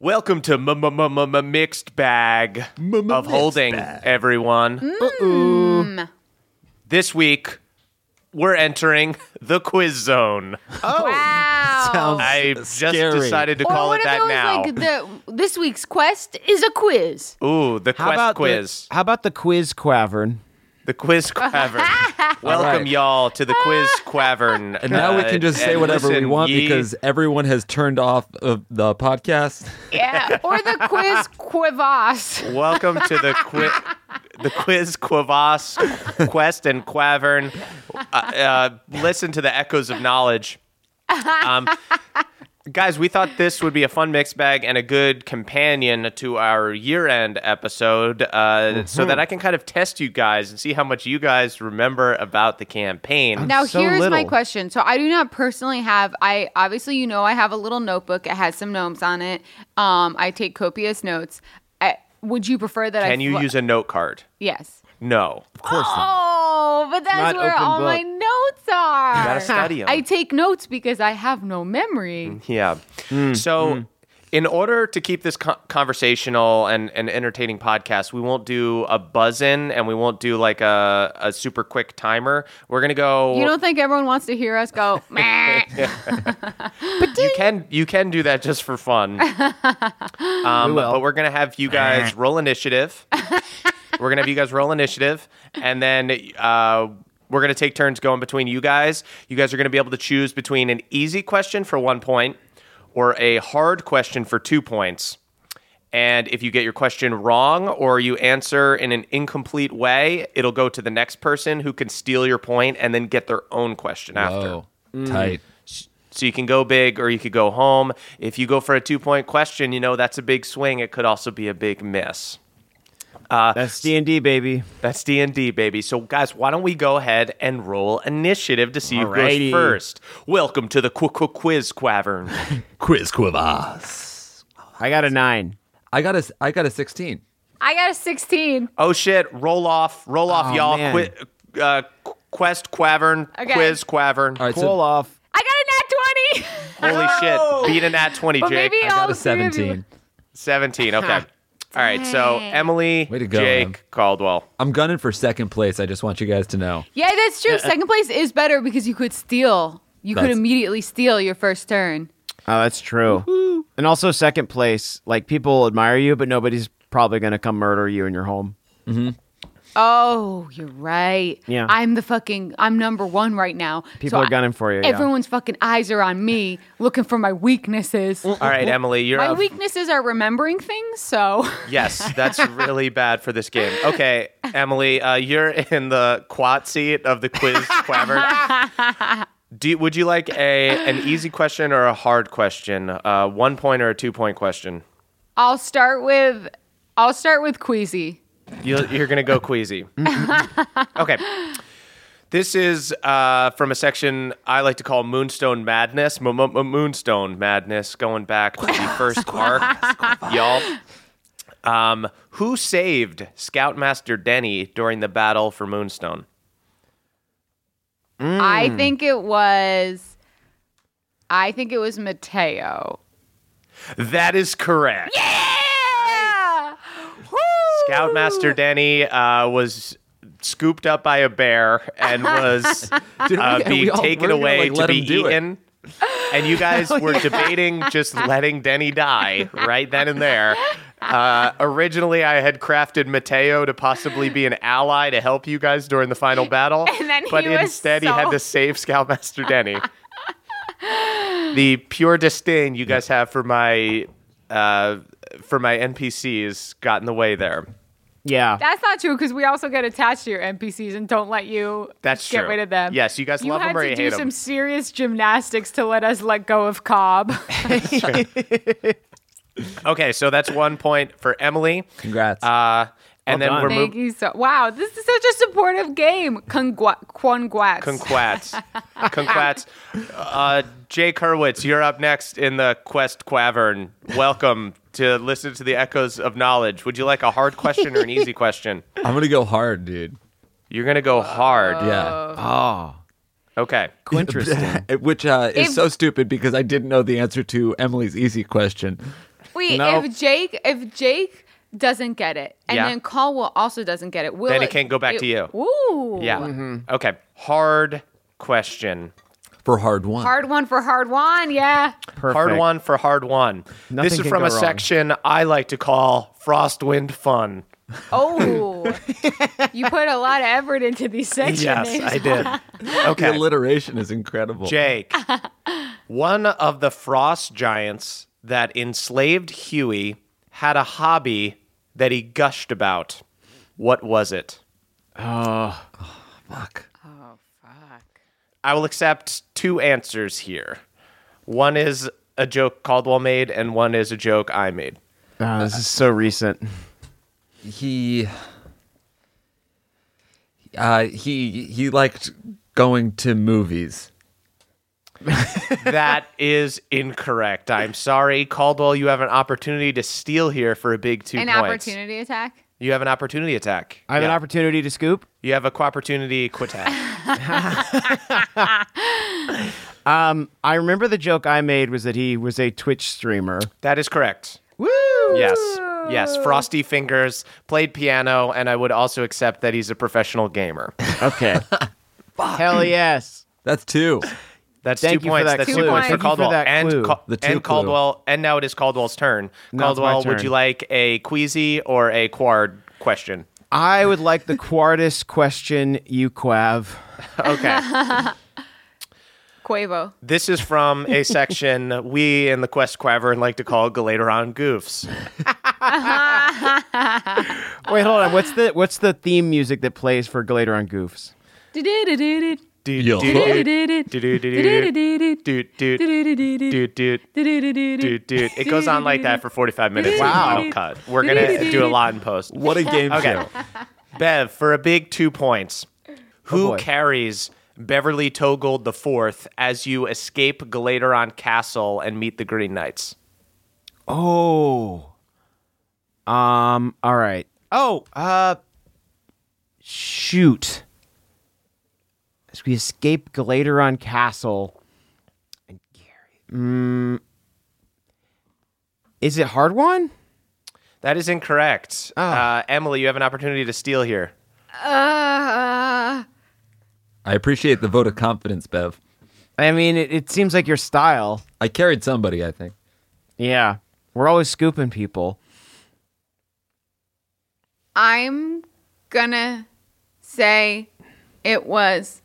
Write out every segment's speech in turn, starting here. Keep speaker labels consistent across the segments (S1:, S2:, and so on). S1: Welcome to m- m- m- m- m- mixed bag of holding, everyone.
S2: Mm.
S1: This week, we're entering the quiz zone.
S2: Wow.
S3: Sounds
S1: I just
S3: scary.
S1: decided to
S2: or
S1: call
S2: what
S1: it
S2: if
S1: that now.
S2: was like the this week's quest is a quiz?
S1: Ooh, the
S3: How
S1: quest
S3: about
S1: quiz.
S3: The, how about the quiz quavern?
S1: The, quiz quavern. Welcome,
S3: right.
S1: y'all, to the quiz quavern.
S4: And now we
S1: Uh,
S4: can just say
S1: and
S4: whatever we
S1: listen,
S4: want
S1: ye-
S4: because everyone has turned off of the podcast.
S2: Yeah. or the quiz quivas.
S1: Welcome to the quiz, the quiz quavas, quest and quavern. Uh, uh, listen to the echoes of knowledge. Um, guys, we thought this would be a fun mix bag and a good companion to our year-end episode, uh, so that I can kind of test you guys and see how much you guys remember about the campaign.
S2: Now
S3: so
S2: here's my
S3: little.
S2: question. So I do not personally have I obviously you know I have a little notebook. It has some gnomes on it. Um I take copious notes. I, would you prefer that I
S1: Can you
S2: fl-
S1: use a note card?
S2: Yes.
S1: No.
S3: Of course not.
S2: Oh, but that's
S3: Not
S2: where
S3: open
S2: all
S3: book.
S2: my notes are.
S1: gotta study 'em. Mm.
S2: I take notes because I have no memory.
S1: Yeah. So, in order to keep this co- conversational and, and entertaining podcast, we won't do a buzz in and we won't do like a, a super quick timer. We're going to go.
S2: You don't think everyone wants to hear us go, meh.
S1: you can you can do that just for fun. Um,
S3: will.
S1: but we're gonna have you guys roll initiative. we're gonna have you guys roll initiative, and then uh, we're gonna take turns going between you guys. You guys are gonna be able to choose between an easy question for one point or a hard question for two points. And if you get your question wrong or you answer in an incomplete way, it'll go to the next person who can steal your point and then get their own question after.
S4: Oh, tight.
S1: So you can go big or you could go home. If you go for a two point question, you know that's a big swing. It could also be a big miss. Uh,
S3: That's D and D, baby.
S1: That's D and D, baby. So guys, why don't we go ahead and roll initiative to see who goes
S3: Alrighty.
S1: first? Welcome to the qu- qu- quiz quavern.
S4: Quiz quivas.
S3: I got a nine.
S4: I got a I got a sixteen.
S2: I got a 16.
S1: oh shit! Roll off, roll off,
S3: Oh,
S1: y'all.
S3: man.
S1: Qui- uh, qu- quest quavern,
S2: Okay.
S1: quiz quavern.
S4: All right,
S2: Oh,
S3: Cool
S4: so
S3: off.
S2: I got a nat 20.
S1: Holy shit! Beat an at twenty,
S2: but
S1: Jake.
S2: maybe
S4: I
S2: all
S3: Oh,
S4: got
S2: three
S4: a
S2: of you-
S4: seventeen.
S1: Seventeen. Okay. All right. So Emily,
S4: Way to go,
S1: Jake,
S4: man.
S1: Caldwell.
S4: I'm gunning for second place. I just want you guys to know.
S2: Yeah, that's true. Second place is better because you could steal. You could
S4: That's-
S2: immediately steal your first turn.
S3: Oh, that's true. And also second place. Like people admire you, but nobody's probably gonna come murder you in your home.
S2: Oh, you're right.
S3: Yeah.
S2: I'm the fucking, I'm number one right now.
S3: People
S2: So
S3: are gunning for you.
S2: I,
S3: yeah.
S2: Everyone's fucking eyes are on me looking for my weaknesses.
S4: Mm,
S1: All right, Emily, you're
S2: My
S1: up.
S2: weaknesses are remembering things, so
S1: Yes, that's really bad for this game. Okay, Emily, uh, you're in the quad seat of the quiz quaver. Do you- would you like a an easy question or a hard question? Uh, one point or a two point question?
S2: I'll start with I'll start with queasy.
S1: You, you're gonna go queasy. okay. This is uh, from a section I like to call Moonstone Madness. Mo- mo- mo- Moonstone Madness, going back to the first arc, y'all. Um, who saved Scoutmaster Denny during the battle for Moonstone?
S2: I
S4: Mm.
S2: think it was I think it was Mateo.
S1: That is correct.
S2: Yeah! Woo!
S1: Scoutmaster Denny uh, was scooped up by a bear and was
S4: Dude,
S1: uh,
S4: we- and we
S1: being
S4: all- we're
S1: taken
S4: gonna,
S1: away
S4: like, let
S1: to be
S4: him do it.
S1: eaten. And you guys were debating just letting Denny die right then and there. Uh, originally, I had crafted Mateo to possibly be an ally to help you guys during the final battle,
S2: And then he
S1: but
S2: was
S1: instead
S2: so-
S1: he had to save Scoutmaster Denny. the pure disdain you guys have for my uh, for my NPCs got in the way there.
S3: yeah.
S2: That's not true because we also get attached to your NPCs and don't let you
S1: That's
S2: get
S1: true.
S2: rid of them.
S1: Yes, you guys
S2: you
S1: love
S2: had
S1: them or
S2: to
S1: you
S2: do
S1: hate
S2: some
S1: them.
S2: serious gymnastics to let us let go of Cobb.
S1: Okay, so that's one point for Emily.
S4: Congrats.
S1: Uh, and then
S3: Well done.
S1: we're
S2: Thank
S1: moving.
S2: you so. Wow, this is such a supportive game. Congua- Congrats.
S1: Congrats. Congrats. Uh, Jake Hurwitz, you're up next in the Quest Quavern. Welcome to listen to the echoes of knowledge. Would you like a hard question or an easy question?
S4: I'm gonna go hard, dude.
S1: You're going to
S3: Uh,
S1: go hard.
S4: Yeah.
S1: Ah,
S3: Oh.
S1: Okay.
S3: Interesting.
S4: Which uh, is
S2: If-
S4: so stupid because I didn't know the answer to Emily's easy question.
S2: Well, Wait,
S3: No.
S2: if Jake, if Jake doesn't get it, and
S1: Yeah.
S2: then Caldwell also doesn't get it, will
S1: Then it can't go back to you.
S2: Ooh,
S1: Yeah.
S3: Mm-hmm.
S1: Okay. Hard question.
S4: for hard one.
S2: hard one for hard one. Yeah,
S3: Perfect.
S1: Hard one for hard one. this
S3: Nothing
S1: is
S3: can
S1: from
S3: go
S1: a
S3: wrong.
S1: section I like to call Frostwind Fun.
S2: Oh, you put a lot of effort into these section
S1: Yes,
S2: names.
S1: I did.
S4: The
S1: Okay.
S4: alliteration is incredible.
S1: Jake, one of the frost giants that enslaved Huey had a hobby that he gushed about. What was it?
S4: Fuck.
S2: Oh fuck!
S1: I will accept two answers here. One is a joke Caldwell made, and one is a joke I made.
S3: Oh, this is so recent.
S4: He uh he he liked going to movies.
S1: That is incorrect. I'm sorry, Caldwell. You have an opportunity to steal here for a big two
S2: An
S1: points.
S2: opportunity attack.
S1: You have an opportunity attack.
S3: I have an
S1: Yeah.
S3: opportunity to scoop.
S1: You have a opportunity quartet.
S3: I remember the joke I made was that he was a Twitch streamer.
S1: that is correct.
S3: Woo!
S1: Yes. Yes. Frosty Fingers played piano, and I would also accept that he's a professional gamer.
S3: Okay. Hell yes.
S4: That's two.
S1: That's
S3: Thank
S1: two
S3: you for
S1: points.
S3: that
S1: That's
S2: clue.
S1: two points
S2: Thank
S1: for
S2: you for
S1: Caldwell.
S3: that
S1: and
S3: clue.
S1: Cal-
S4: The two
S1: and Caldwell. And now it is Caldwell's turn.
S3: Now it's my
S1: Caldwell, would
S3: turn.
S1: you like a queasy or a quard question?
S3: I would like the quartus question, you quav.
S1: Okay.
S2: Quavo.
S1: this is from a section we in the Quest Quavern like to call Galateron Goofs.
S3: Wait, hold on. What's the what's the theme music that plays for Glader on Goofs?
S2: Do-do-do-do-do.
S1: Dude,
S4: Yo.
S2: Do-do-do-do. Do-do-do-do-do.
S1: dude, dude,
S2: Do-do-do-do-do.
S1: dude, dude.
S2: Do-do-do-do-do.
S1: Dude, dude. It goes on like that for 45 minutes.
S3: Wow.
S1: Wow. Cut. We're going to do a lot in post.
S4: What a game
S1: Okay. Bev, for a big two points, who
S3: boy.
S1: carries Beverly Togold the Fourth as you escape Galateron Castle and meet the Green Knights?
S3: Oh. Um, all right. Oh, uh shoot. As we escape Gladeron Castle and Gary. Mm, is it hard one?
S1: That is incorrect. Uh, Emily, you have an opportunity to steal here.
S2: Uh,
S4: I appreciate the vote of confidence, Bev.
S3: I mean, it, it seems like your style.
S4: I carried somebody, I think.
S3: Yeah. We're always scooping people.
S2: I'm gonna say it was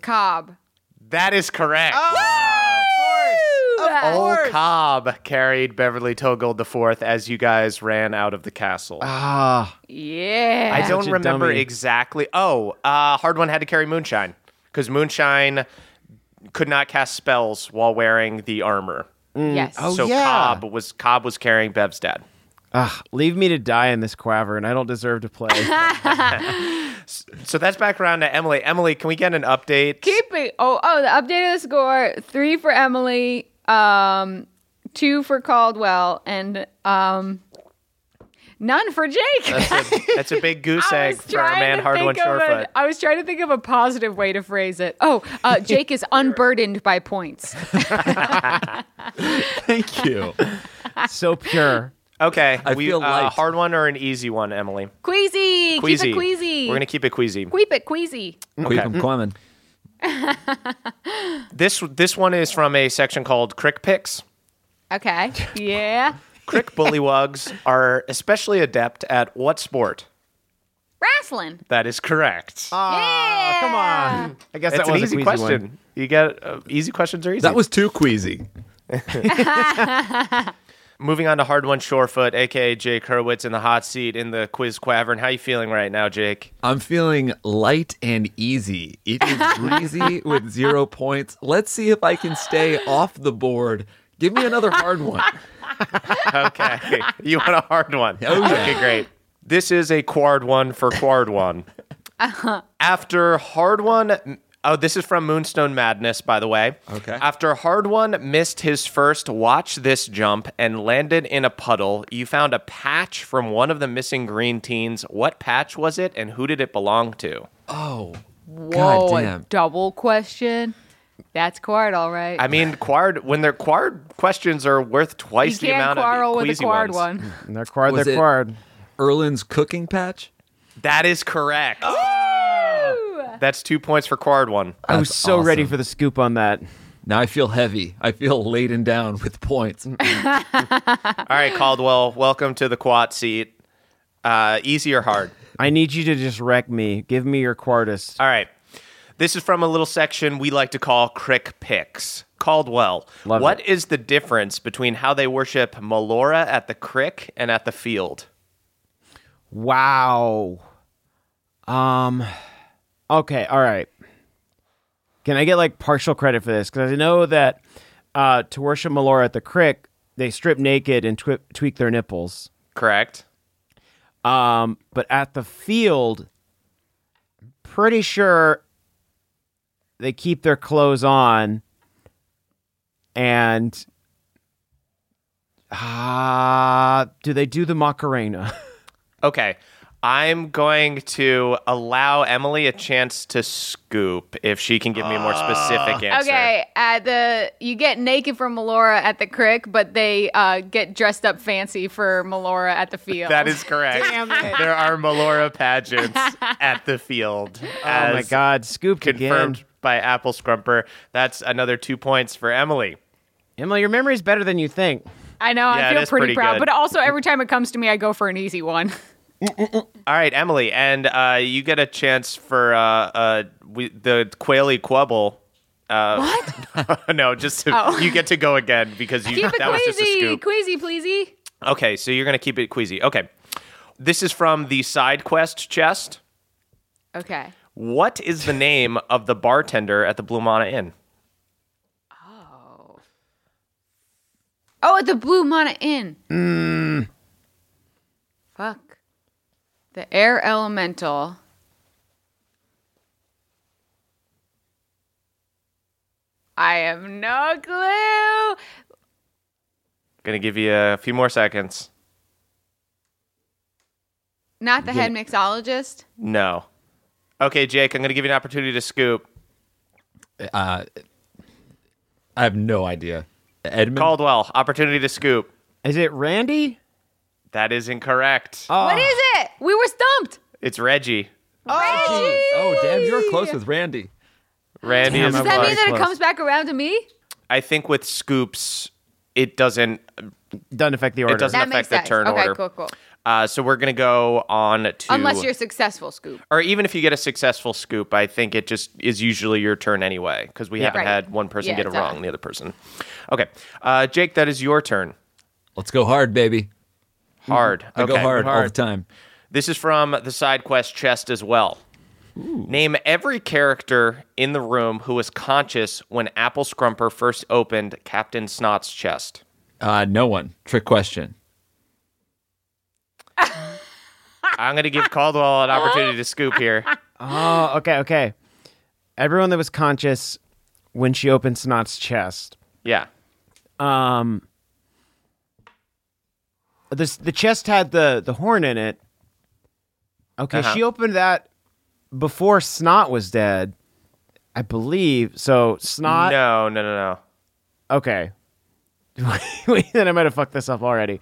S2: Cobb.
S1: That is correct.
S2: Of
S1: Old Cobb carried Beverly Togold the Fourth as you guys ran out of the castle.
S3: Ah,
S2: Yeah.
S1: I don't
S3: Such a
S1: remember
S3: dummy.
S1: exactly. Oh, uh, Hard One had to carry Moonshine because Moonshine could not cast spells while wearing the armor.
S2: Yes.
S3: Oh,
S1: so
S3: yeah.
S1: Cobb was Cobb was carrying Bev's dad.
S3: ah, leave me to die in this quavern. I don't deserve to play.
S1: So that's back around to Emily. Emily, can we get an update?
S2: Keep it. Oh, oh, the update of the score: three for Emily, um, two for Caldwell, and um, none for Jake.
S1: That's a, that's a big goose
S2: I
S1: egg
S2: was
S1: for our
S2: trying
S1: man
S2: to
S1: Hard One
S2: think of
S1: Shorefoot.
S2: an- I was trying to think of a positive way to phrase it. Oh, uh, Jake is unburdened by points.
S4: Thank you.
S3: so pure.
S1: Okay,
S4: I
S1: we,
S4: feel
S1: uh,
S4: light.
S1: hard one or an easy one, Emily?
S2: Queasy, keep
S1: Queasy.
S2: it queasy.
S1: We're gonna keep it queasy.
S2: keep it queasy.
S4: Keep 'em coming.
S1: This this one is from a section called Crick Picks.
S2: Okay. Yeah.
S1: Crick bullywugs are especially adept at what sport?
S2: Wrestling.
S1: That is correct.
S3: Ah, come on. I guess
S1: That's
S3: that
S1: an
S3: was a
S1: easy
S3: queasy
S1: question.
S3: One.
S1: You get uh, easy questions are easy.
S4: That was too queasy.
S1: moving on to hard one Shorefoot, aka Jake Hurwitz, in the hot seat in the quiz quavern. How you feeling right now, Jake?
S4: I'm feeling light and easy. It is breezy with zero points. Let's see if I can stay off the board. Give me another hard one.
S1: Okay, you want a hard one?
S4: Oh, yeah.
S1: Okay, great. This is a quad one for quad one.
S2: Uh-huh.
S1: After hard one, oh, this is from Moonstone Madness, by the way.
S4: Okay.
S1: After hard one missed his first watch this jump and landed in a puddle, you found a patch from one of the missing green teens. What patch was it, and who did it belong to?
S4: Oh,
S2: Whoa,
S4: God damn.
S2: double question. That's quart, all right.
S1: I mean, quard when their quard questions are worth
S2: you
S1: twice the
S2: can't
S1: amount
S2: quarrel
S1: of
S2: with a
S1: queasy
S2: quard
S1: ones. Mm,
S2: one.
S3: And they're quard,
S4: Was
S3: they're
S4: it-
S3: quard.
S4: Erlin's cooking patch.
S1: That is correct. Oh. That's two points for quard one.
S3: I was
S4: That's
S3: so ready
S4: awesome.
S3: for the scoop on that.
S4: Now I feel heavy. I feel laden down with points.
S1: All right, Caldwell, welcome to the quad seat. Uh, easy or hard?
S3: I need you to just wreck me. Give me your quartest.
S1: All right. This is from a little section we like to call Crick Picks. Caldwell,
S3: Love
S1: what
S3: it.
S1: is the difference between how they worship Melora at the crick and at the field?
S3: Wow. Um. Okay. All right. Can I get like partial credit for this? Because I know that uh, to worship Melora at the crick, they strip naked and twi- tweak their nipples.
S1: Correct?
S3: Um, but at the field, pretty sure they keep their clothes on and uh, do they do the Macarena?
S1: Okay. I'm going to allow Emily a chance to scoop if she can give me a more specific answer.
S2: Okay, at the you get naked for Melora at the crick, but they uh, get dressed up fancy for Melora at the field.
S1: That is correct. There are Melora pageants at the field.
S3: oh my God, scooped
S1: Confirmed
S3: again.
S1: by Apple Scrumper. That's another two points for Emily.
S3: Emily, your memory's better than you think.
S2: I know.
S1: Yeah, it
S2: I feel
S1: is
S2: pretty,
S1: pretty
S2: proud,
S1: good.
S2: but also every time it comes to me, I go for an easy one.
S1: All right, Emily, and uh, you get a chance for uh, uh, we, the Quaily Quibble. Uh,
S2: What?
S1: no, just to,
S2: Oh.
S1: you get to go again because you,
S2: Keep it
S1: that was just a
S2: queasy,
S1: scoop.
S2: queasy, pleasey.
S1: Okay, so you're gonna keep it queasy. Okay, this is from the side quest chest.
S2: Okay.
S1: What is the name of the bartender at the Blue Mana Inn?
S2: Oh. Oh, at the Blue Mana Inn.
S4: Mm.
S2: Fuck. The air elemental. I have no clue.
S1: Gonna give you a few more seconds.
S2: Not the head mixologist.
S1: No. Okay, Jake, I'm gonna give you an opportunity to scoop.
S4: Uh, I have no idea. Edmund.
S1: Caldwell, opportunity to scoop.
S3: Is it Randy?
S1: That is incorrect.
S4: Ah.
S3: Oh,
S2: What is it? We were stumped.
S1: It's Reggie.
S2: Reggie!
S4: oh damn! You're close with Randy.
S1: Randy
S3: Damn,
S1: is
S3: I
S2: Does that
S1: close.
S2: mean that it
S3: close.
S2: comes back around to me?
S1: I think with scoops, it doesn't.
S3: doesn't affect the order.
S1: doesn't-
S2: That
S1: affect
S2: makes
S1: the
S2: sense.
S1: turn
S2: okay,
S1: order.
S2: cool, cool.
S1: Uh, so we're gonna go on to
S2: Unless you're successful, Scoop.
S1: or even if you get a successful scoop, I think it just is usually your turn anyway because we haven't
S2: Right.
S1: had one person
S2: Yeah,
S1: get it
S2: duh.
S1: wrong, the other person. Okay, uh, Jake, that is your turn.
S4: Let's go hard, baby.
S1: Hard.
S4: Mm-hmm. I go
S1: Okay.
S4: hard, all the time.
S1: This is from the side quest chest as well. Name every character in the room who was conscious when Apple Scrumper first opened Captain Snot's chest.
S4: Uh, no one. Trick question.
S1: I'm going to give Caldwell an opportunity to scoop here.
S3: oh, okay, okay. Everyone that was conscious when she opened Snot's chest.
S1: Yeah.
S3: Um, this the chest had the the horn in it. Okay,
S1: Uh-huh.
S3: she opened that before Snot was dead, I believe. So Snot.
S1: no, no, no, no.
S3: Okay. Wait, then I might have fucked this up already.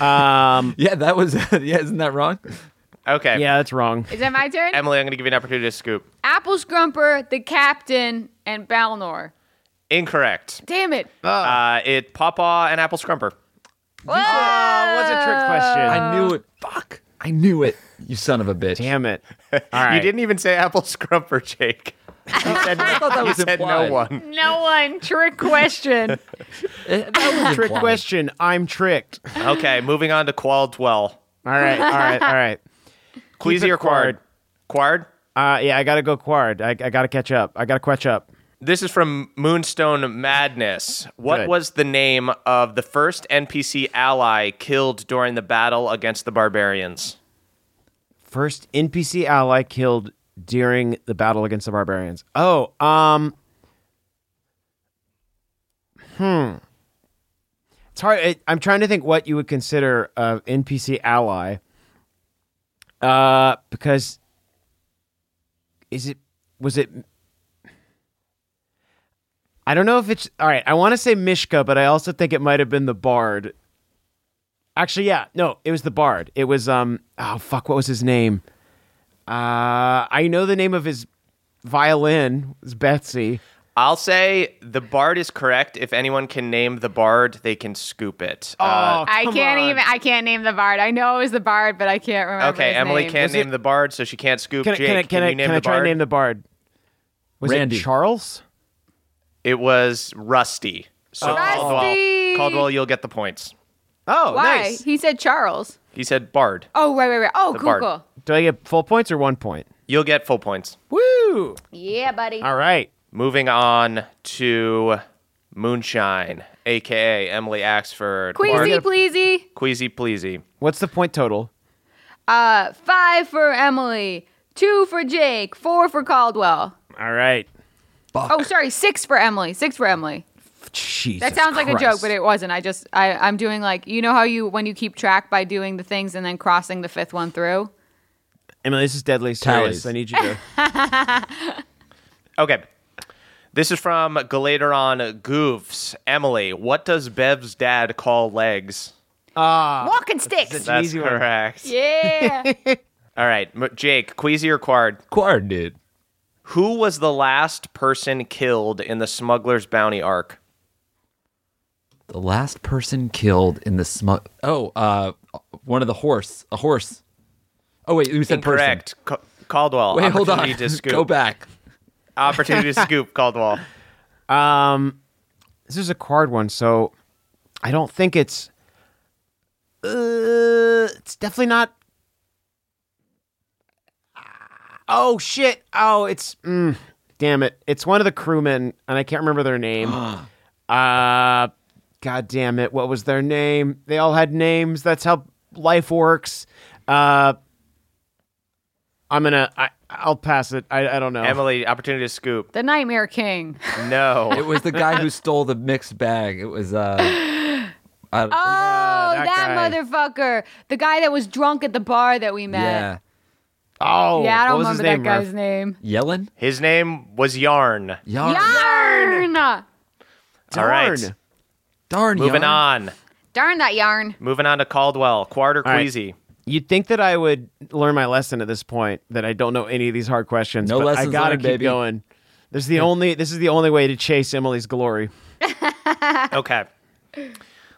S3: Um,
S4: Yeah, that was. yeah, isn't that wrong?
S1: Okay.
S3: yeah, that's wrong.
S2: Is that my turn?
S1: Emily, I'm going to give you an opportunity to scoop.
S2: Apple Scrumper, the captain, and Balnor.
S1: Incorrect.
S2: Damn it.
S1: Uh, it Pawpaw and Apple Scrumper.
S3: Oh, it was a trick question.
S2: Uh,
S4: I knew it. Fuck. I knew it. You son of a bitch.
S3: Damn it! All right.
S1: You didn't even say Apple Scrumper, Jake. You said,
S4: I thought that
S1: you
S4: was
S1: said no
S4: implied.
S1: one.
S2: No one. Trick question.
S4: Eh, that was
S3: trick
S4: implied.
S3: question. I'm tricked. All
S1: Okay, moving on to Qualdwell.
S3: right. All right. All right.
S1: Queasy
S3: it
S1: or Quard? Quard?
S3: Uh, yeah, I gotta go quard. I, I gotta catch up. I gotta catch up.
S1: This is from Moonstone Madness. What
S3: Good.
S1: was the name of the first NPC ally killed during the battle against the barbarians?
S3: First NPC ally killed during the battle against the barbarians. Oh, um, hmm. hmm. It's hard. It, I'm trying to think what you would consider a NPC ally. Uh, because is it was it? I don't know if it's all right. I want to say Mishka, but I also think it might have been the Bard. Actually, yeah, no, it was the Bard. It was um, oh fuck, what was his name? Uh, I know the name of his violin. It's Betsy.
S1: I'll say the bard is correct. If anyone can name the bard, they can scoop it.
S3: Oh,
S1: Uh,
S2: I
S3: come
S2: can't
S3: on.
S2: even. I can't name the bard. I know it was the bard, but I can't remember.
S1: Uh, okay,
S2: his
S1: Emily
S2: name.
S1: can't
S3: Was
S1: name
S3: it-
S1: the bard, so she can't scoop.
S3: Can I,
S1: Jake,
S3: can I, can I,
S1: you name
S3: can I
S1: the
S3: try
S1: bard?
S3: to name the Bard? Was
S4: Randy.
S3: it Charles?
S1: It was Rusty. So Caldwell,
S2: Rusty!
S1: Caldwell, you'll get the points.
S3: Oh,
S2: Why?
S3: nice.
S2: He said Charles.
S1: He said bard.
S2: Oh right, right, right. Oh, cool,
S1: bard.
S2: cool.
S3: Do I get full points or one point?
S1: You'll get full points.
S3: Woo!
S2: Yeah, buddy.
S3: All right.
S1: Moving on to Moonshine, aka Emily Axford. Bard-
S2: Queasy, pleasy.
S1: Queasy Pleasy.
S3: What's the point total?
S2: Uh, five for Emily. Two for Jake. Four for Caldwell.
S3: All right.
S2: Oh, sorry, six for Emily. Six for Emily.
S3: Jesus.
S2: That sounds like a joke,
S3: Christ.
S2: but it wasn't. I just I I'm doing like you know how you when you keep track by doing the things and then crossing the fifth one through.
S3: Emily, this is deadly serious.
S4: Tallies.
S3: I need you to.
S1: Okay. This is from Galateron Goofs. Emily, what does Bev's dad call legs?
S3: Ah,
S2: Walking sticks.
S3: It's an
S1: That's
S3: easy one.
S1: correct.
S2: Yeah.
S1: All right, M- Jake, Queasy or Quard?
S4: Quard, dude.
S1: Who was the last person killed in the Smuggler's Bounty arc?
S4: The last person killed in the smug. Oh, uh, one of the horse. A horse. Oh wait, you said person.
S1: Incorrect. Ca- Caldwell.
S4: Wait, hold on.
S1: opportunity To scoop.
S4: Go back.
S1: Opportunity to scoop, Caldwell.
S3: Um, this is a card one, so I don't think it's. Uh, it's definitely not. Oh shit! Oh, it's. Mm, damn it! It's one of the crewmen, and I can't remember their name. uh, god damn it! What was their name? They all had names. That's how life works. Uh, I'm gonna. I, I'll pass it. I, I don't
S4: Oh.
S3: know.
S1: Emily, opportunity to scoop.
S2: the Nightmare King.
S4: It
S1: No.
S4: was the guy who stole the mixed bag. It was uh, I-
S2: Oh, that,
S3: Yeah, that
S2: motherfucker. The guy that was drunk at the bar that we met.
S4: yeah,
S3: Oh,
S2: Yeah, I don't
S3: what was
S2: remember
S3: his name,
S2: that guy's
S3: Murph?
S2: name.
S4: Yellen.
S1: His name was Yarn.
S4: Yarn.
S2: Yarn!
S1: All right.
S3: Darn.
S4: Darn.
S1: Moving
S4: Yarn.
S1: on.
S2: Darn that yarn.
S1: Moving on to Caldwell, Quard or
S3: right.
S1: Queasy.
S3: You'd think that I would learn my lesson at this point that I don't know any of these hard questions.
S4: No
S3: but I
S4: lessons
S3: gotta
S4: learned,
S3: keep
S4: baby.
S3: going. This is the only. This is the only way to chase Emily's glory.
S1: Okay.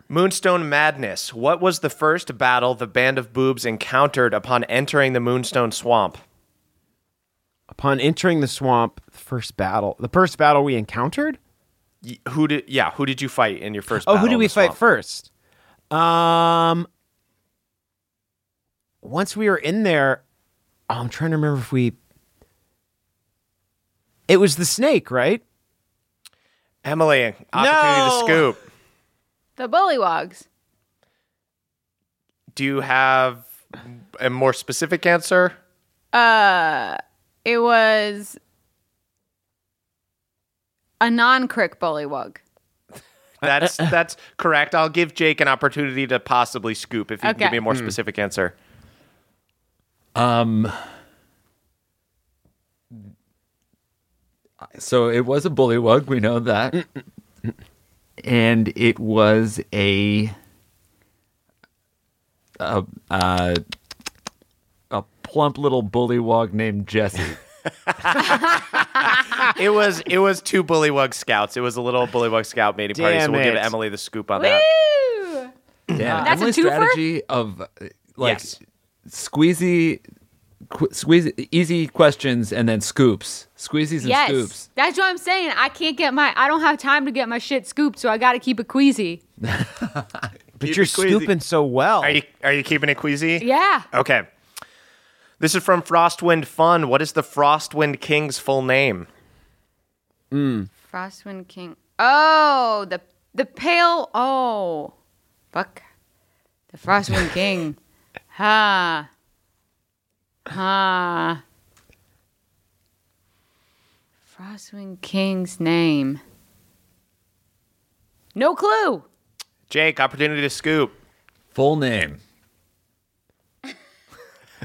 S1: Moonstone Madness. What was the first battle the band of boobs encountered upon entering the Moonstone Swamp?
S3: Upon entering the swamp, the first battle, the first battle we encountered.
S1: Y- Who did? Yeah, who did you fight in your first?
S3: Oh,
S1: battle
S3: who did
S1: in
S3: we
S1: the
S3: fight
S1: swamp?
S3: first? Um, once we were in there, oh, I'm trying to remember if we. It was the snake, right?
S1: Emily, opportunity
S3: No!
S1: to scoop.
S2: The Bullywogs.
S1: Do you have a more specific answer?
S2: Uh, it was a non-crick Bullywog.
S3: Uh,
S1: That's that's correct. I'll give Jake an opportunity to possibly scoop if you can
S2: Okay.
S1: give me a more
S3: Hmm.
S1: specific answer.
S4: Um. So it was a bullywug. We know that, and it was a a uh, a plump little bullywug named Jesse.
S1: It was it was two bullywug scouts. It was a little bullywug scout mating party. So
S3: Damn
S1: we'll give
S3: it.
S1: Emily the scoop on that.
S2: Woo!
S4: Yeah,
S2: That's a
S4: Emily's
S2: twofer?
S4: strategy of uh, like
S1: Yes.
S4: squeezy, qu- squeezy, easy questions and then scoops, squeezies and
S2: Yes,
S4: scoops.
S2: that's what I'm saying. I can't get my. I don't have time to get my shit scooped, so I got to keep it queasy.
S3: But
S1: Keep
S3: you're
S1: it queasy.
S3: scooping so well.
S1: Are you are you keeping it queasy?
S2: Yeah.
S1: Okay. This is from Frostwind Fun. What is the Frostwind King's full name?
S2: Frostwind King. Oh, the the pale. Oh, fuck. The Frostwind King. Ha. Ha. Frostwind King's name. No clue.
S1: Jake, opportunity to scoop.
S4: Full name.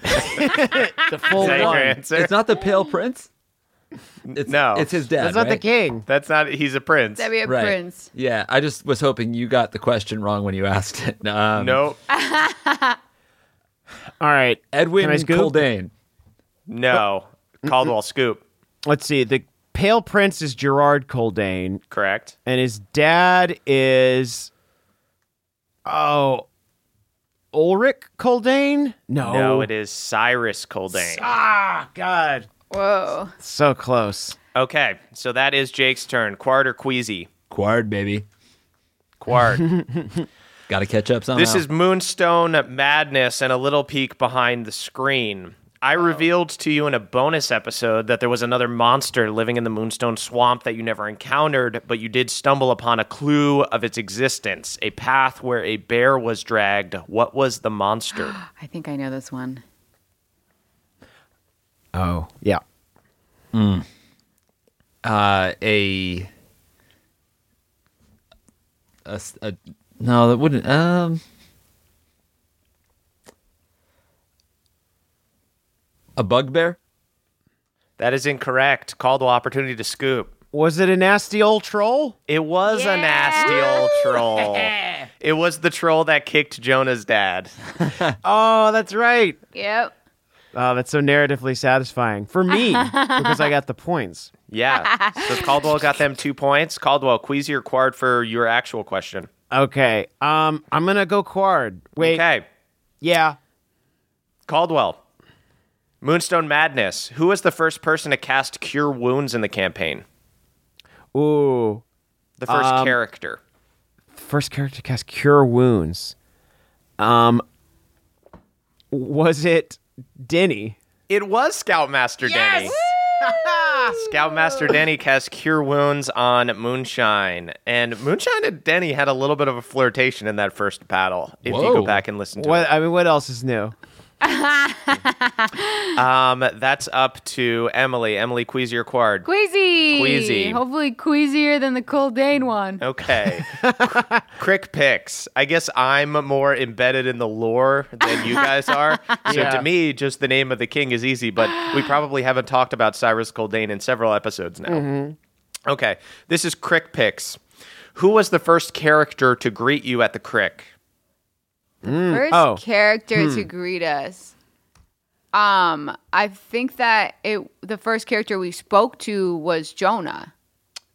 S3: the full
S1: Is that your
S3: one.
S1: answer?
S2: Ah.
S4: It's not the Pale Prince. It's,
S1: No.
S4: it's his dad.
S3: That's not the
S4: right?
S3: king.
S1: That's not. He's a prince.
S2: That'd be a
S4: Right.
S2: prince.
S4: Yeah, I just was hoping you got the question wrong when you asked it. Um,
S1: Nope.
S3: All right,
S4: Edwin
S3: Can I scoop?
S4: Coldane.
S2: Um,
S1: No. Caldwell Scoop.
S3: Let's see. The pale prince is Gerard Coldane,
S1: Correct.
S3: and his dad is oh Ulrich Coldane. No,
S1: No, it is Cyrus Coldane.
S3: Ah, God,
S2: Whoa.
S3: so close.
S1: Okay, so that is Jake's turn. Quard or Queasy?
S4: Quard, baby.
S1: Quard.
S4: Got to catch up somehow.
S1: this is Moonstone Madness and a little peek behind the screen. I revealed to you in a bonus episode that there was another monster living in the Moonstone Swamp that you never encountered, but you did stumble upon a clue of its existence a path where a bear was dragged. What was the monster?
S2: I think I know this one.
S3: Oh, yeah.
S4: uh, a, a s- a- no that wouldn't um a bugbear
S1: that is incorrect. Call to opportunity to scoop.
S3: Was it a nasty old troll?
S1: It was a nasty old troll. It was the troll that kicked Jonah's dad.
S3: Oh, that's right.
S2: Yep.
S3: Oh, that's so narratively satisfying for me because I got the points.
S1: Yeah. So Caldwell got them two points. Caldwell, Queasy or Quard for your actual question.
S3: Okay. Um, I'm gonna go Quard. Wait.
S1: Okay.
S3: Yeah.
S1: Caldwell. Moonstone Madness. Who was the first person to cast Cure Wounds in the campaign?
S3: Ooh.
S1: The first
S3: Um,
S1: character.
S3: First character to cast Cure Wounds. Um. Was it Denny?
S1: It was Scoutmaster Denny. Scoutmaster Denny cast Cure Wounds on Moonshine. And Moonshine and Denny had a little bit of a flirtation in that first battle, if you go
S4: Whoa.
S1: back and listen to it.
S3: What I mean, what else is new?
S1: Um, that's up to Emily. Emily Queasy or Quard.
S2: Queasy.
S1: Queasy.
S2: Hopefully queasier than the Coldane one.
S1: Okay. Crick picks. I guess I'm more embedded in the lore than you guys are. So
S3: Yeah.
S1: to me, just the name of the king is easy, but we probably haven't talked about Cyrus Coldane in several episodes now.
S2: Mm-hmm.
S1: Okay. This is Crick picks. Who was the first character to greet you at the Crick? Mm.
S2: First
S3: oh.
S2: character
S1: Hmm.
S2: to greet us. Um, I think that it the first character we spoke to was Jonah.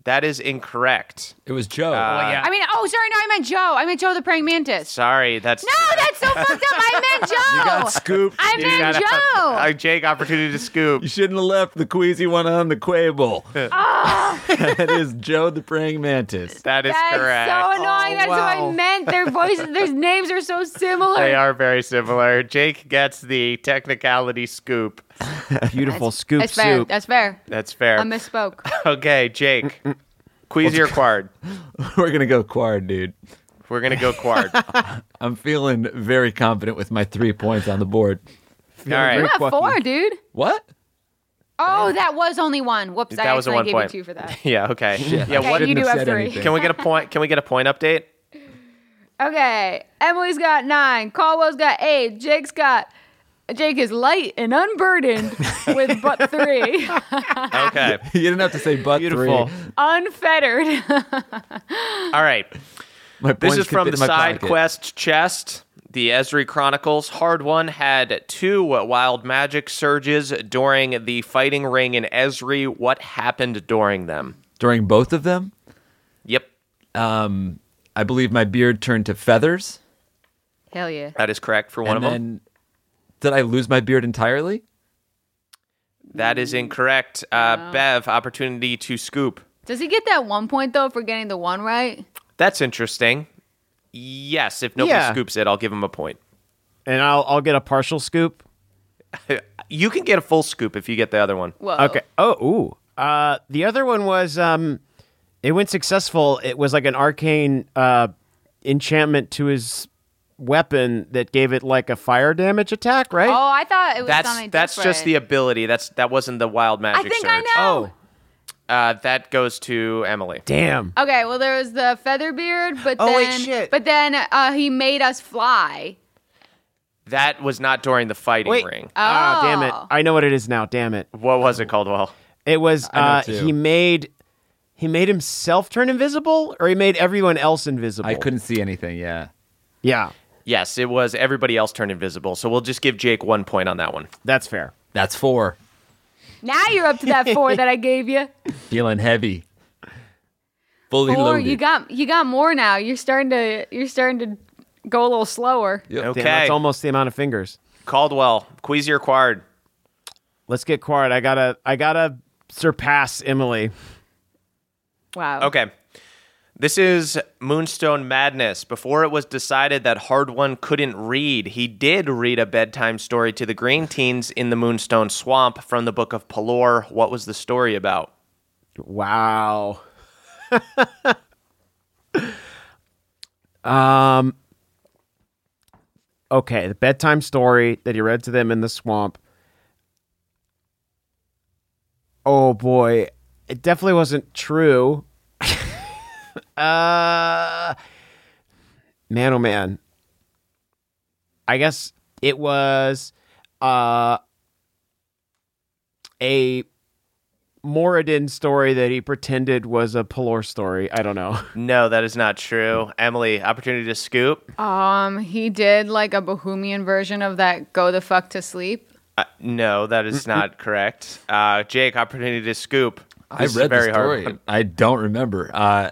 S1: That is incorrect.
S4: it was joe
S2: I mean, oh, sorry, no, I meant Joe. I meant Joe the praying mantis.
S1: Sorry, that's
S2: No, that's so fucked up. I meant Joe.
S4: scooped
S2: I
S1: You
S2: meant
S1: gotta-
S2: Joe.
S1: Uh, Jake, opportunity to scoop.
S4: you shouldn't have left the queasy one on the quable that is joe the praying mantis
S1: That is
S2: That's
S1: correct. Oh,
S2: so annoying. That's what I
S3: wow.
S2: meant. Their voices, their names are so similar.
S1: They are very similar. Jake gets the technicality scoop.
S3: Beautiful scoop
S2: That's fair.
S3: soup.
S2: That's fair.
S1: That's fair.
S2: I misspoke.
S1: okay, Jake. Queasy or Quard?
S4: we're gonna go quard dude
S1: We're going to go Quard. All
S4: i'm feeling very confident with my three points on the board
S1: right.
S3: great.
S2: Not four, dude.
S4: what
S2: Oh, that was only one. Whoops,
S1: That
S2: I
S1: was a
S2: accidentally
S1: one
S2: gave
S1: point.
S2: you two for that.
S1: Yeah, okay. Yeah,
S2: Okay,
S1: what
S2: you
S4: Shouldn't
S2: do
S4: have
S2: have
S4: said
S2: three.
S4: anything.
S1: Can we get a point? Can we get a point update?
S2: Okay, Emily's got nine. Caldwell's got eight. Jake's got. Jake is light and unburdened with but three,
S1: Okay.
S4: you didn't have to say but
S3: Beautiful.
S4: three
S2: unfettered.
S1: All right.
S4: my
S1: This
S4: points
S1: is
S4: could
S1: from
S4: fit
S1: the
S4: in my
S1: side
S4: pocket.
S1: quest chest. The Esri Chronicles Hard One had two wild magic surges during the fighting ring in Esri. What happened during them?
S4: during both of them
S1: Yep.
S4: um, I believe my beard turned to feathers.
S2: Hell yeah.
S1: That is correct for one
S4: and
S1: of them.
S4: then, Did I lose my beard entirely?
S1: That is incorrect. Uh, Bev, opportunity to scoop.
S2: Does he get that one point though for getting the one right?
S1: That's interesting. Yes, if nobody
S3: Yeah.
S1: scoops it, I'll give him a point.
S3: And I'll I'll get a partial scoop.
S1: You can get a full scoop if you get the other one.
S2: Whoa.
S3: Okay. Oh, ooh. Uh, the other one was um, it went successful. It was like an arcane uh enchantment to his weapon that gave it like a fire damage attack, right?
S2: Oh, I thought it was
S1: That's
S2: something
S1: that's just the
S2: different.
S1: ability. That's that wasn't the wild
S2: I
S1: magic
S2: think
S1: surge.
S2: I know.
S1: Uh, that goes to Emily.
S3: Damn.
S1: Oh.
S2: Okay, well there was the feather beard, but
S3: Oh,
S2: then
S3: wait, shit.
S2: but then uh, he made us fly.
S1: That was not during the fighting
S3: Wait.
S1: ring.
S3: Ah, damn it.
S2: Oh.
S3: I know what it is now. Damn it.
S1: What was it, Caldwell?
S3: It was
S4: I know
S3: uh,
S4: too.
S3: he made he made himself turn invisible, or he made everyone else invisible.
S4: I couldn't see anything. Yeah.
S3: Yeah,
S1: Yes, it was everybody else turned invisible. So we'll just give Jake one point on that one.
S3: that's fair.
S4: That's four.
S2: Now you're up to that four that I gave you.
S4: Feeling heavy. Fully
S2: Four.
S4: loaded.
S2: You got you got more now. You're starting to you're starting to go a little slower.
S4: Yep.
S1: Okay.
S3: Damn, that's almost the amount of fingers.
S1: Caldwell, Queasy or Quard?
S3: Let's get quiet. I gotta I gotta surpass Emily.
S2: Wow.
S1: Okay. This is Moonstone Madness. Before it was decided that Hard One couldn't read, he did read a bedtime story to the green teens in the Moonstone Swamp from the Book of Pelor. What was the story about?
S3: Wow. um Okay, the bedtime story that he read to them in the swamp. Oh boy, it definitely wasn't true. uh Man oh man. I guess it was uh a Moradin story that he pretended was a Pelor story. I don't know.
S1: No, that is not true. Emily, opportunity to scoop?
S2: Um, he did like a Bohemian version of that "Go the fuck to sleep."
S4: Oh,
S1: Uh, no, that is not correct. Uh, Jake, opportunity to scoop.
S4: I
S1: This is
S4: read
S1: very
S4: the
S1: hard
S4: story.
S1: one.
S4: I don't remember. Uh,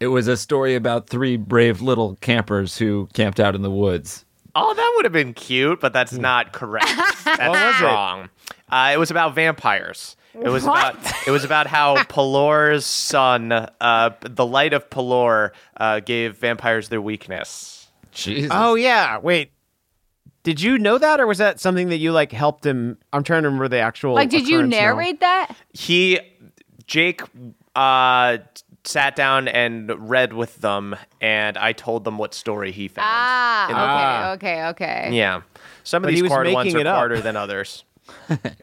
S4: It was a story about three brave little campers who camped out in the woods.
S1: Oh, that would have been cute, but that's not correct. That's
S3: Hmm. was it?
S1: wrong. Uh, it was about vampires. It was about it was about how Pelor's son, uh, the light of Pelor, uh, gave vampires their weakness.
S4: Jesus.
S3: Oh yeah, wait. Did you know that, or was that something that you like helped him? I'm trying to remember the actual.
S2: Like, did you
S3: occurrence now.
S2: narrate that?
S1: He, Jake, uh, sat down and read with them, and I told them what story he found. in the-
S2: Ah, okay, okay, okay.
S1: yeah. Some of
S3: But he
S1: these
S3: was
S1: card ones
S3: making
S1: are
S3: it up.
S1: harder than others.
S4: that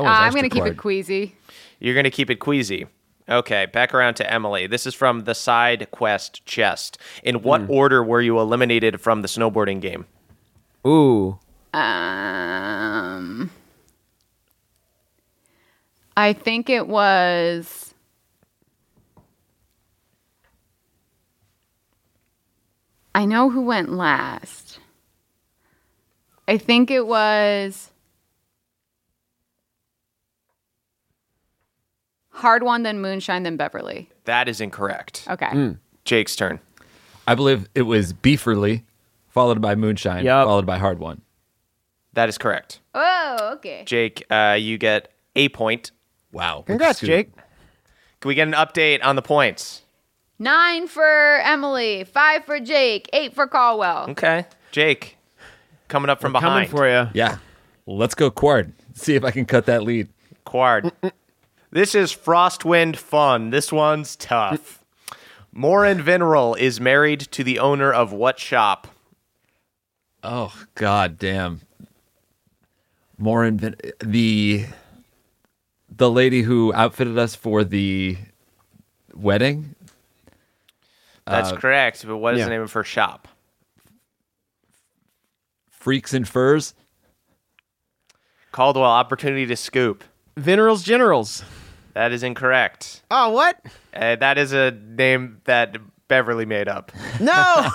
S2: Uh,
S4: one's
S2: I'm gonna
S4: extra
S2: keep it
S4: hard.
S2: queasy.
S1: You're going to keep it queasy. Okay, back around to Emily. This is from the side quest chest. In what
S3: Hmm.
S1: order were you eliminated from the snowboarding game?
S3: Ooh,
S2: Um, I think it was. I know who went last. I think it was. Hard one, then moonshine, then Beverly.
S1: That is incorrect.
S2: Okay.
S1: Jake's turn.
S4: I believe it was Beeferly, followed by Moonshine,
S3: Yup.
S4: followed by Hard One.
S1: That is correct.
S2: Oh, okay.
S1: Jake, uh, you get a point.
S4: Wow.
S3: congrats, Jake.
S1: Can we get an update on the points?
S2: Nine for Emily, five for Jake, eight for Caldwell.
S1: Okay. Jake, coming up from
S3: Coming
S1: behind.
S3: for you.
S4: Yeah. Let's go Quard. See if I can cut that lead.
S1: Quard. this is Frostwind Fun. This one's tough. Morin Veneral is married to the owner of what shop?
S4: Oh god damn. More invent the the lady who outfitted us for the wedding.
S1: That's correct, but what is
S3: Uh, yeah.
S1: the name of her shop?
S4: Freaks and furs.
S1: Caldwell, opportunity to scoop.
S3: Venerals Generals.
S1: That is incorrect.
S3: Oh what?
S1: Uh, that is a name that Beverly made up.
S3: No,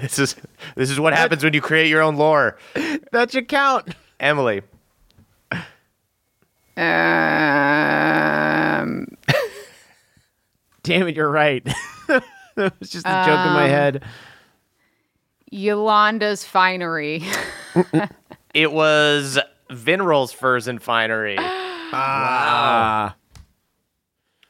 S1: This is this is what happens when you create your own lore.
S3: that should count.
S1: Emily,
S2: Um,
S3: Damn it, you're right. it was just a joke
S2: Um,
S3: in my head.
S2: Yolanda's finery.
S1: it was Vinrol's Furs and Finery.
S3: Ah,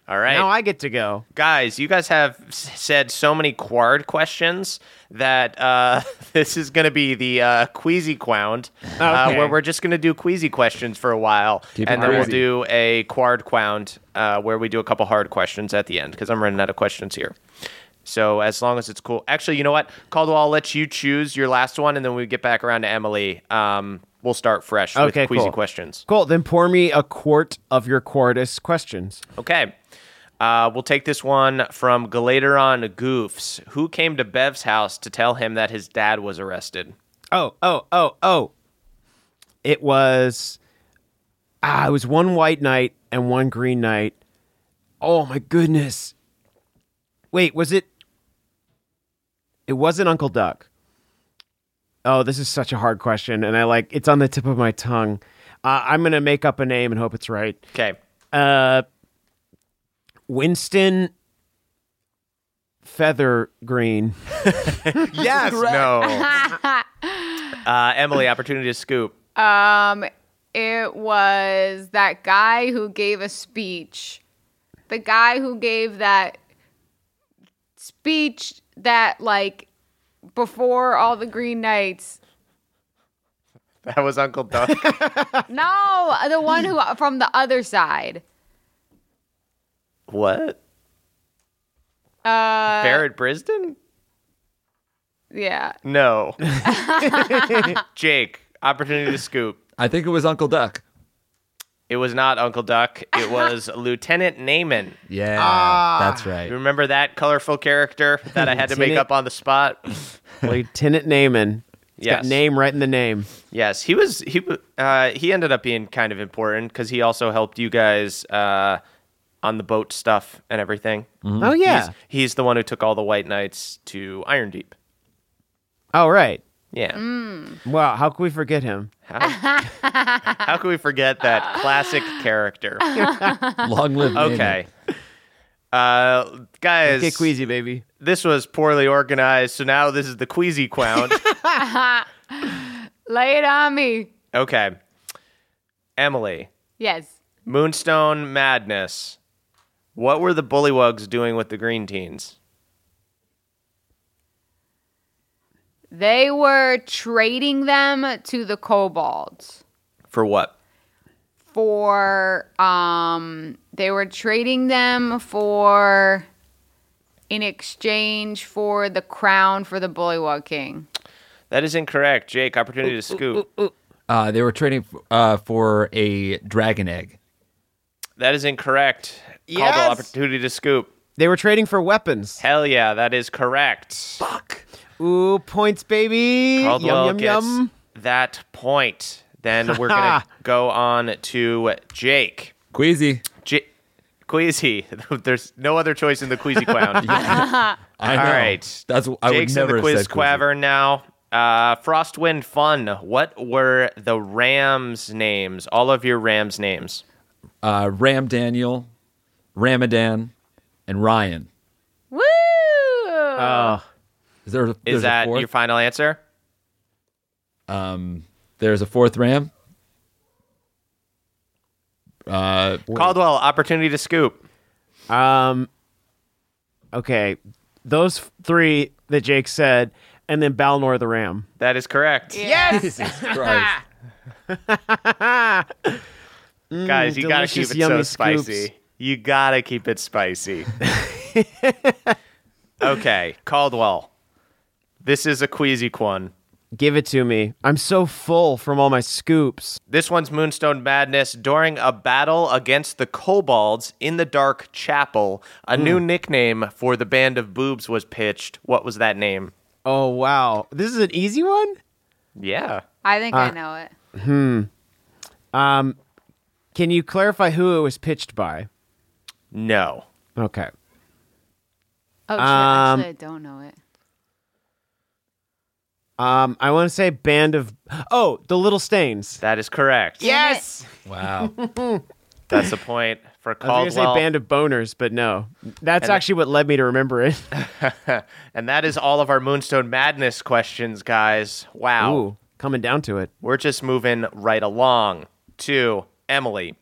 S1: All right.
S3: now I get to go.
S1: guys, you guys have s- said so many quard questions that uh, this is going to be the uh, queasy quound, uh,
S3: Okay.
S1: where we're just going to do queasy questions for a while,
S4: Keep
S1: and
S4: it
S1: then we'll
S4: queasy.
S1: do a quard quound uh, where we do a couple hard questions at the end because I'm running out of questions here. So as long as it's cool, actually, you know what, Caldwell, I'll let you choose your last one, and then we get back around to Emily. Um, we'll start fresh
S3: Okay,
S1: with queasy
S3: cool.
S1: questions.
S3: Cool. Then pour me a quart of your quartus questions.
S1: Okay. Uh, we'll take this one from Galateron Goofs. Who came to Bev's house to tell him that his dad was arrested?
S3: Oh, oh, oh, oh. It was ah, it was one white knight and one green knight. Oh my goodness. Wait, was it? It wasn't Uncle Duck. Oh, this is such a hard question, and I like it's on the tip of my tongue. Uh, I'm gonna make up a name and hope it's right.
S1: Okay.
S3: Uh, Winston Feather Green.
S1: Yes. No. uh, Emily, opportunity to scoop.
S2: Um, it was that guy who gave a speech. The guy who gave that speech that like before all the Green Knights.
S1: That was Uncle Duck.
S2: No, the one who from the other side.
S1: what?
S2: Uh,
S1: Barrett Brisden?
S2: yeah.
S1: No. Jake, opportunity to scoop.
S4: I think it was Uncle Duck.
S1: It was not Uncle Duck. It was Lieutenant Naaman.
S4: Yeah, that's
S1: You
S4: right.
S1: remember that colorful character that I had to make
S3: Lieutenant-
S1: up on the spot?
S3: Lieutenant Naaman. It's got
S1: Yes.
S3: name right in the name.
S1: Yes, he was. He w- uh, he ended up being kind of important because he also helped you guys uh, on the boat stuff and everything.
S3: Oh yeah.
S1: He's, he's the one who took all the White Knights to Iron Deep.
S3: oh right.
S1: Yeah.
S3: Mm, Wow. How could we forget him?
S1: How,
S3: uh,
S1: how could we forget that classic character?
S4: Long live. Naaman.
S1: Okay. Uh, guys,
S3: Get queasy, baby.
S1: this was poorly organized, so now this is the queasy quound.
S2: Lay it on me.
S1: okay. Emily,
S2: Yes.
S1: Moonstone Madness. What were the Bullywugs doing with the Green Teens?
S2: They were trading them to the kobolds
S1: For what?
S2: for um they were trading them for in exchange for the crown for the Bullywug King.
S1: That is incorrect. Jake, opportunity to scoop.
S4: Uh, they were trading f- uh, for a dragon egg.
S1: That is incorrect. Caldwell,
S3: Yes!
S1: opportunity to scoop.
S3: They were trading for weapons.
S1: Hell yeah, that is correct.
S4: Fuck.
S3: Ooh, points, baby.
S1: Caldwell
S3: yum
S1: gets
S3: yum yum.
S1: that point. Then we're gonna go on to Jake.
S4: Queasy.
S1: J- Queasy. There's no other choice in the Queasy Clown.
S4: I
S1: All
S4: know.
S1: right.
S4: That's I
S1: Jake's
S4: would never
S1: in the
S4: have
S1: quiz
S4: said queasy.
S1: quavern now. Uh, Frostwind Fun. What were the Rams' names? All of your Rams' names.
S4: Uh, Ram Daniel, Ramadan, and Ryan.
S2: Woo!
S3: Oh,
S4: Is there? A,
S1: Is
S4: there's
S1: that
S4: a fourth?
S1: your final answer?
S4: um, there's a fourth Ram. Uh,
S1: Caldwell, opportunity to scoop.
S3: um, okay. Those f- three that Jake said, and then Balnor the Ram.
S1: That is correct.
S2: yes.
S4: Jesus Christ.
S1: Guys, you gotta keep
S3: delicious,
S1: it so
S3: yummy scoops.
S1: spicy. You gotta keep it spicy. okay, Caldwell. This is a queasy one.
S3: Give it to me. I'm so full from all my scoops.
S1: This one's Moonstone Madness. During a battle against the kobolds in the Dark Chapel, a new
S3: Hmm.
S1: nickname for the band of boobs was pitched. What was that name?
S3: Oh wow, this is an easy one.
S1: Yeah.
S2: I think
S4: Uh,
S2: I know it.
S3: Um, Can you clarify who it was pitched by?
S1: No.
S3: Okay.
S2: Oh, shit,
S3: um,
S2: actually, I don't know it.
S3: Um, I want to say band of oh the Little Stains.
S1: That is correct.
S2: Yes.
S4: Wow.
S1: That's a point for
S3: I was
S1: Caldwell.
S3: gonna say band of boners, but no, that's actually what led me to remember it.
S1: and that is all of our Moonstone Madness questions, guys. Wow.
S3: Ooh, coming down to it.
S1: We're just moving right along to Emily.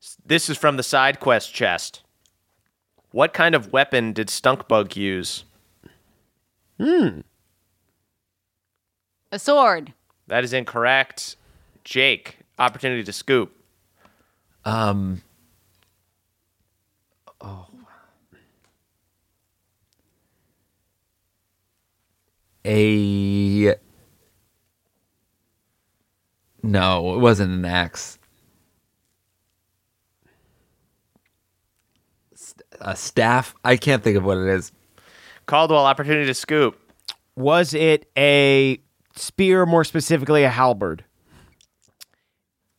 S1: S- This is from the side quest chest. What kind of weapon did Stunkbug use?
S2: A sword.
S1: That is incorrect. Jake, opportunity to scoop.
S4: Um. Oh. A. No, it wasn't an axe. St- A staff. I can't think of what it is.
S1: Caldwell, opportunity to scoop.
S3: Was it a spear, more specifically a halberd?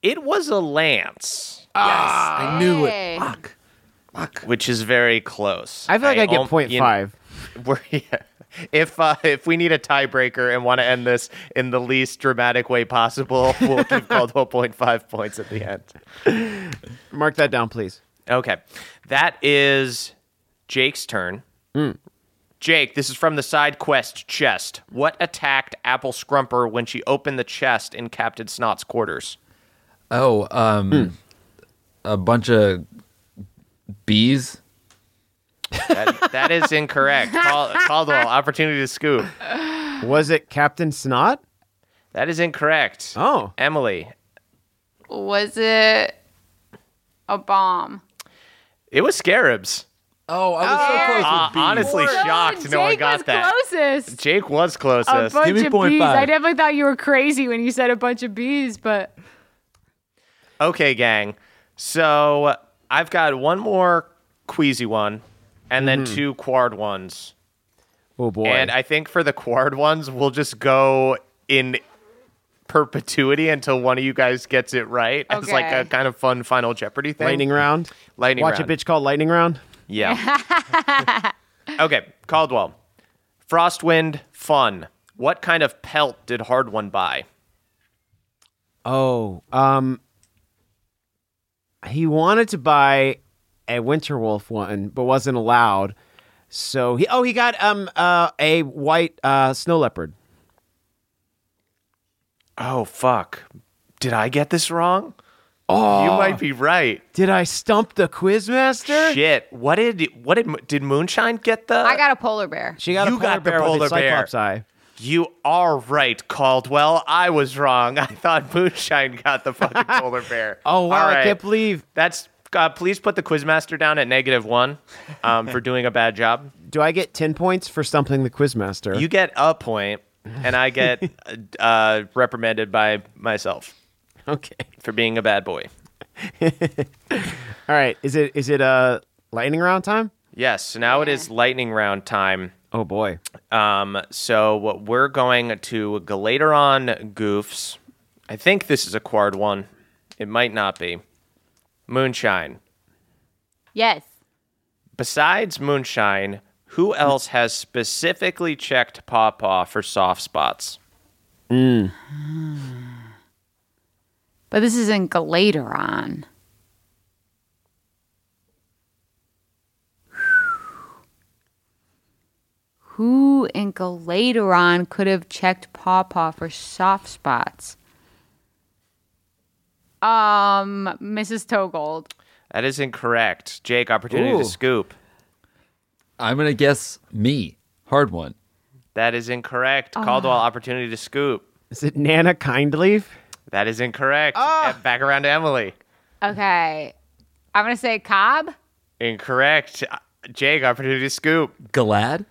S1: It was a lance,
S4: I knew
S2: Hey.
S4: it. Fuck. Fuck.
S1: which is very close.
S3: I feel like I, get
S1: al-
S3: point
S1: you-
S3: five.
S1: We're, yeah. If uh, if we need a tiebreaker and want to end this in the least dramatic way possible, we'll give Caldwell 0.5 points at the end.
S3: Mark that down, please.
S1: Okay, that is Jake's turn.
S2: Hmm.
S1: Jake, this is from the side quest chest. What attacked Apple Scrumper when she opened the chest in Captain Snot's quarters?
S4: Oh, um, a bunch of bees.
S1: That, that is incorrect. Cal- Caldwell, opportunity to scoop.
S3: Was it Captain Snot?
S1: That is incorrect.
S3: Oh.
S1: Emily,
S2: Was it a bomb?
S1: it was scarabs.
S4: Oh, I was so close
S1: Uh, honestly, shocked no one
S2: Jake
S1: got
S2: was
S1: that.
S2: Closest.
S1: Jake was
S2: A
S1: closest.
S4: Give
S2: bunch
S4: me
S2: of
S4: point
S2: bees.
S4: five.
S2: I definitely thought you were crazy when you said a bunch of bees, but
S1: okay, gang. So I've got one more queasy one, and then
S2: Mm-hmm.
S1: two quard ones.
S3: Oh boy.
S1: And I think for the quad ones, we'll just go in perpetuity until one of you guys gets it right. It's like a
S2: Okay.
S1: kind of fun Final Jeopardy thing.
S3: lightning round.
S1: Lightning
S3: Watch
S1: round.
S3: a bitch called lightning round.
S1: Yeah. okay, Caldwell. Frostwind, fun. What kind of pelt did Hard One buy?
S3: Oh, um, he wanted to buy a Winter Wolf one, but wasn't allowed. So he oh he got um uh a white uh snow leopard.
S1: Oh fuck. Did I get this wrong? Oh, you might be right.
S3: Did I stump the quizmaster?
S1: Shit. What did what did did Moonshine get the
S2: I got a polar bear.
S3: She got
S1: You
S3: a polar
S1: got the
S3: bear with
S1: polar
S3: a
S1: bear.
S3: cyclops eye.
S1: You are right, Caldwell. I was wrong. I thought Moonshine got the fucking polar bear.
S3: Oh wow!
S1: All
S3: I
S1: right.
S3: can't believe.
S1: that's. Uh, please put the quizmaster down at negative one um, for doing a bad job.
S3: Do I get ten points for stumping the quizmaster?
S1: You get a point, and I get uh, reprimanded by myself
S3: okay?
S1: for being a bad boy.
S3: All right. Is it is it uh lightning round time?
S1: Yes. So now it
S2: Yeah.
S1: is lightning round time.
S3: Oh boy.
S1: Um, so what we're going to Galateron Goofs. I think this is a quad one. It might not be. Moonshine.
S2: Yes.
S1: Besides Moonshine, who else has specifically checked Paw Paw for soft spots?
S2: But this is in Galateron. Who in Galateron could have checked Paw Paw for soft spots? Um, Mrs. Togold.
S1: That is incorrect. Jake, opportunity
S3: Ooh.
S1: to scoop.
S4: I'm gonna guess me. Hard one.
S1: That is incorrect. Caldwell, opportunity to scoop.
S3: Is it Nana Kindleaf?
S1: That is incorrect. And Back around to Emily.
S2: Okay. I'm going to say Cobb.
S1: Incorrect. Uh, Jake, opportunity to scoop.
S4: Galad.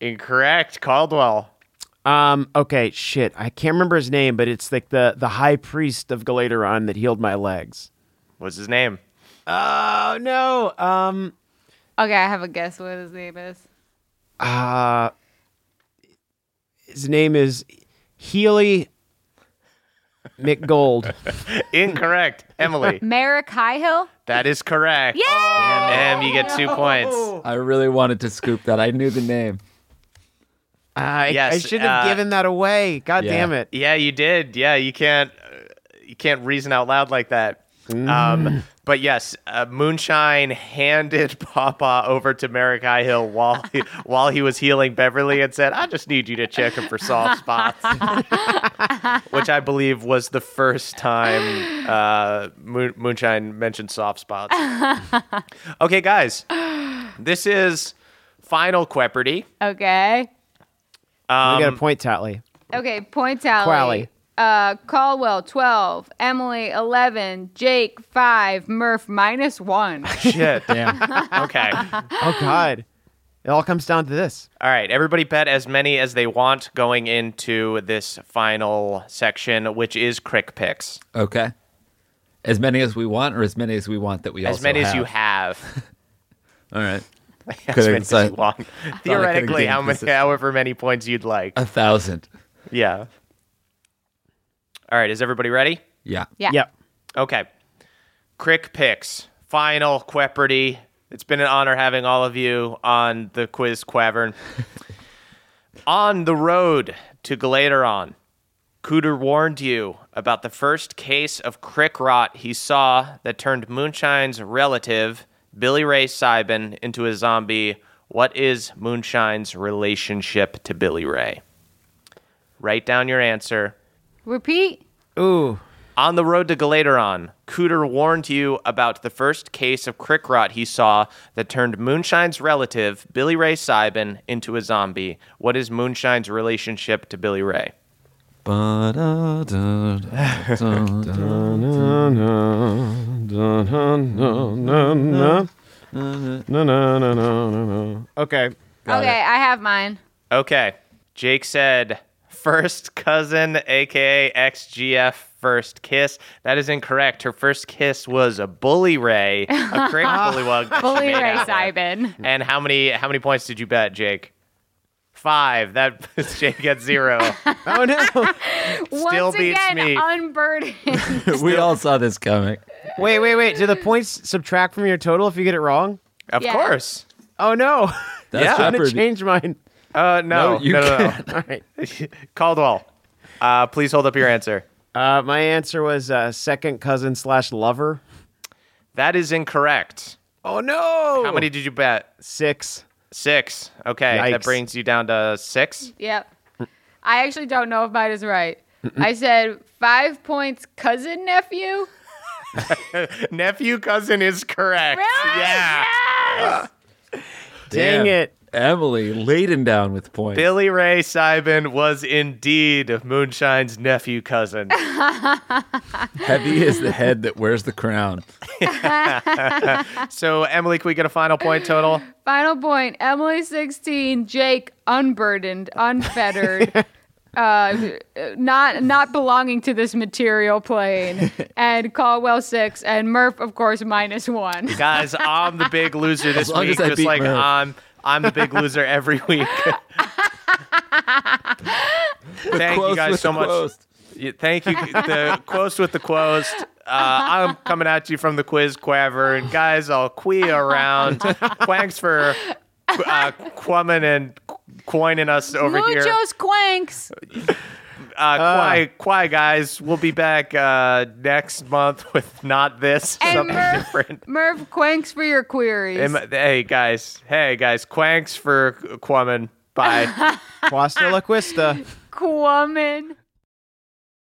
S1: Incorrect. Caldwell.
S3: Um. Okay. Shit. I can't remember his name, but it's like the the high priest of Galateron that healed my legs.
S1: What's his name?
S3: Oh no. Um.
S2: Okay, I have a guess what his name is.
S3: Uh. His name is Healy McGold.
S1: Incorrect. Emily.
S2: Merrick Highhill?
S1: That is correct.
S2: Yay!
S1: And you get two points.
S4: I really wanted to scoop that. I knew the name.
S3: I,
S1: Yes,
S3: I should have
S1: uh,
S3: given that away. God
S4: yeah.
S3: damn it.
S1: Yeah, you did. Yeah, you can't uh, you can't reason out loud like that. Um, but yes, uh, Moonshine handed Papa over to Merrick Highhill while he, while he was healing Beverly and said, "I just need you to check him for soft spots," which I believe was the first time uh, Moon- Moonshine mentioned soft spots. okay, guys, this is final Queperty.
S2: Okay.
S3: I got a point, Tatley.
S2: Okay, point tally.
S3: Qually.
S2: Uh, Caldwell, 12. Emily, 11. Jake, 5. Murph, minus 1.
S1: Shit.
S4: Damn.
S1: Okay.
S3: Oh God. It all comes down to this.
S1: All right, everybody bet as many as they want going into this final section, which is Crick Picks.
S4: okay. As many as we want, or as many as we want that we
S1: As
S4: also
S1: many
S4: have.
S1: as you have.
S4: All right.
S1: as
S4: Could've
S1: many as
S4: said-
S1: you want. Theoretically, how many,
S4: gained consistent-
S1: however many points you'd like.
S4: A thousand.
S1: Yeah. All right, is everybody ready?
S4: Yeah.
S2: Yeah.
S3: Yep.
S1: Okay. Crick picks. Final Queperty. It's been an honor having all of you on the quiz quavern. on the road to Galateron, Cooter warned you about the first case of crick rot he saw that turned Moonshine's relative, Billy Ray Sybin, into a zombie. What is Moonshine's relationship to Billy Ray? Write down your answer.
S2: Repeat.
S3: Ooh.
S1: On the road to Galateron, Cooter warned you about the first case of crick rot he saw that turned Moonshine's relative, Billy Ray Sybin, into a zombie. What is Moonshine's relationship to Billy Ray?
S3: No, no, no, no, no, no. Okay.
S2: okay, I have mine.
S1: Okay. Jake said first cousin, aka XGF first kiss. That is incorrect. Her first kiss was a bully ray, a crick bullywug. that she
S2: Bully
S1: made
S2: Ray
S1: out with.
S2: Sybin.
S1: And how many how many points did you bet, Jake? Five. That Jake got zero.
S3: Oh no!
S1: Still
S2: Once
S1: beats
S2: again,
S1: me.
S2: unburdened.
S4: we all saw this coming.
S3: wait, wait, wait. Do the points subtract from your total if you get it wrong?
S1: Of
S2: Yeah.
S1: course.
S3: Oh no!
S4: That's
S1: Yeah.
S3: I'm gonna
S4: Jeopardy.
S3: change mine.
S1: Uh no,
S4: No, you
S1: no, no, no.
S3: All right.
S1: Caldwell. Uh, please hold up your answer.
S3: Uh, my answer was uh, second cousin slash lover.
S1: That is incorrect.
S3: Oh no!
S1: How many did you bet?
S3: Six.
S1: Six. Okay. That
S3: Yikes.
S1: brings you down to six.
S2: yep. I actually don't know if mine is right. I said five points, cousin nephew.
S1: Nephew cousin is correct.
S2: Really?
S1: Yeah.
S2: Yes!
S3: Dang
S4: Damn.
S3: it!
S4: Emily laden down with points.
S1: Billy Ray Sybin was indeed Moonshine's nephew cousin.
S4: Heavy is the head that wears the crown.
S1: so, Emily, can we get a final point total?
S2: Final point Emily 16, Jake unburdened, unfettered. Uh, not not belonging to this material plane, and Caldwell six, and Murph of course minus one.
S1: Guys, I'm the big loser this
S4: long
S1: week,
S4: as I
S1: just
S4: beat
S1: like
S4: Merv.
S1: I'm I'm the big loser every week. Thank you
S4: Close
S1: guys
S4: with
S1: so
S4: the
S1: much.
S4: close.
S1: Yeah, Thank you. The quost with the quost. Uh, I'm coming at you from the quiz quavern. Guys, I'll quee around. Thanks for uh, quumming and coining us over here.
S2: Muchos quanks.
S1: Uh, quai, quai, guys. We'll be back uh, next month with not this,
S2: And
S1: something
S2: Murph.
S1: different.
S2: Merv quanks for your queries.
S1: Am- hey, guys. Hey, guys. Quanks for quumming. Bye.
S3: Quasta la quista.
S2: Quamin.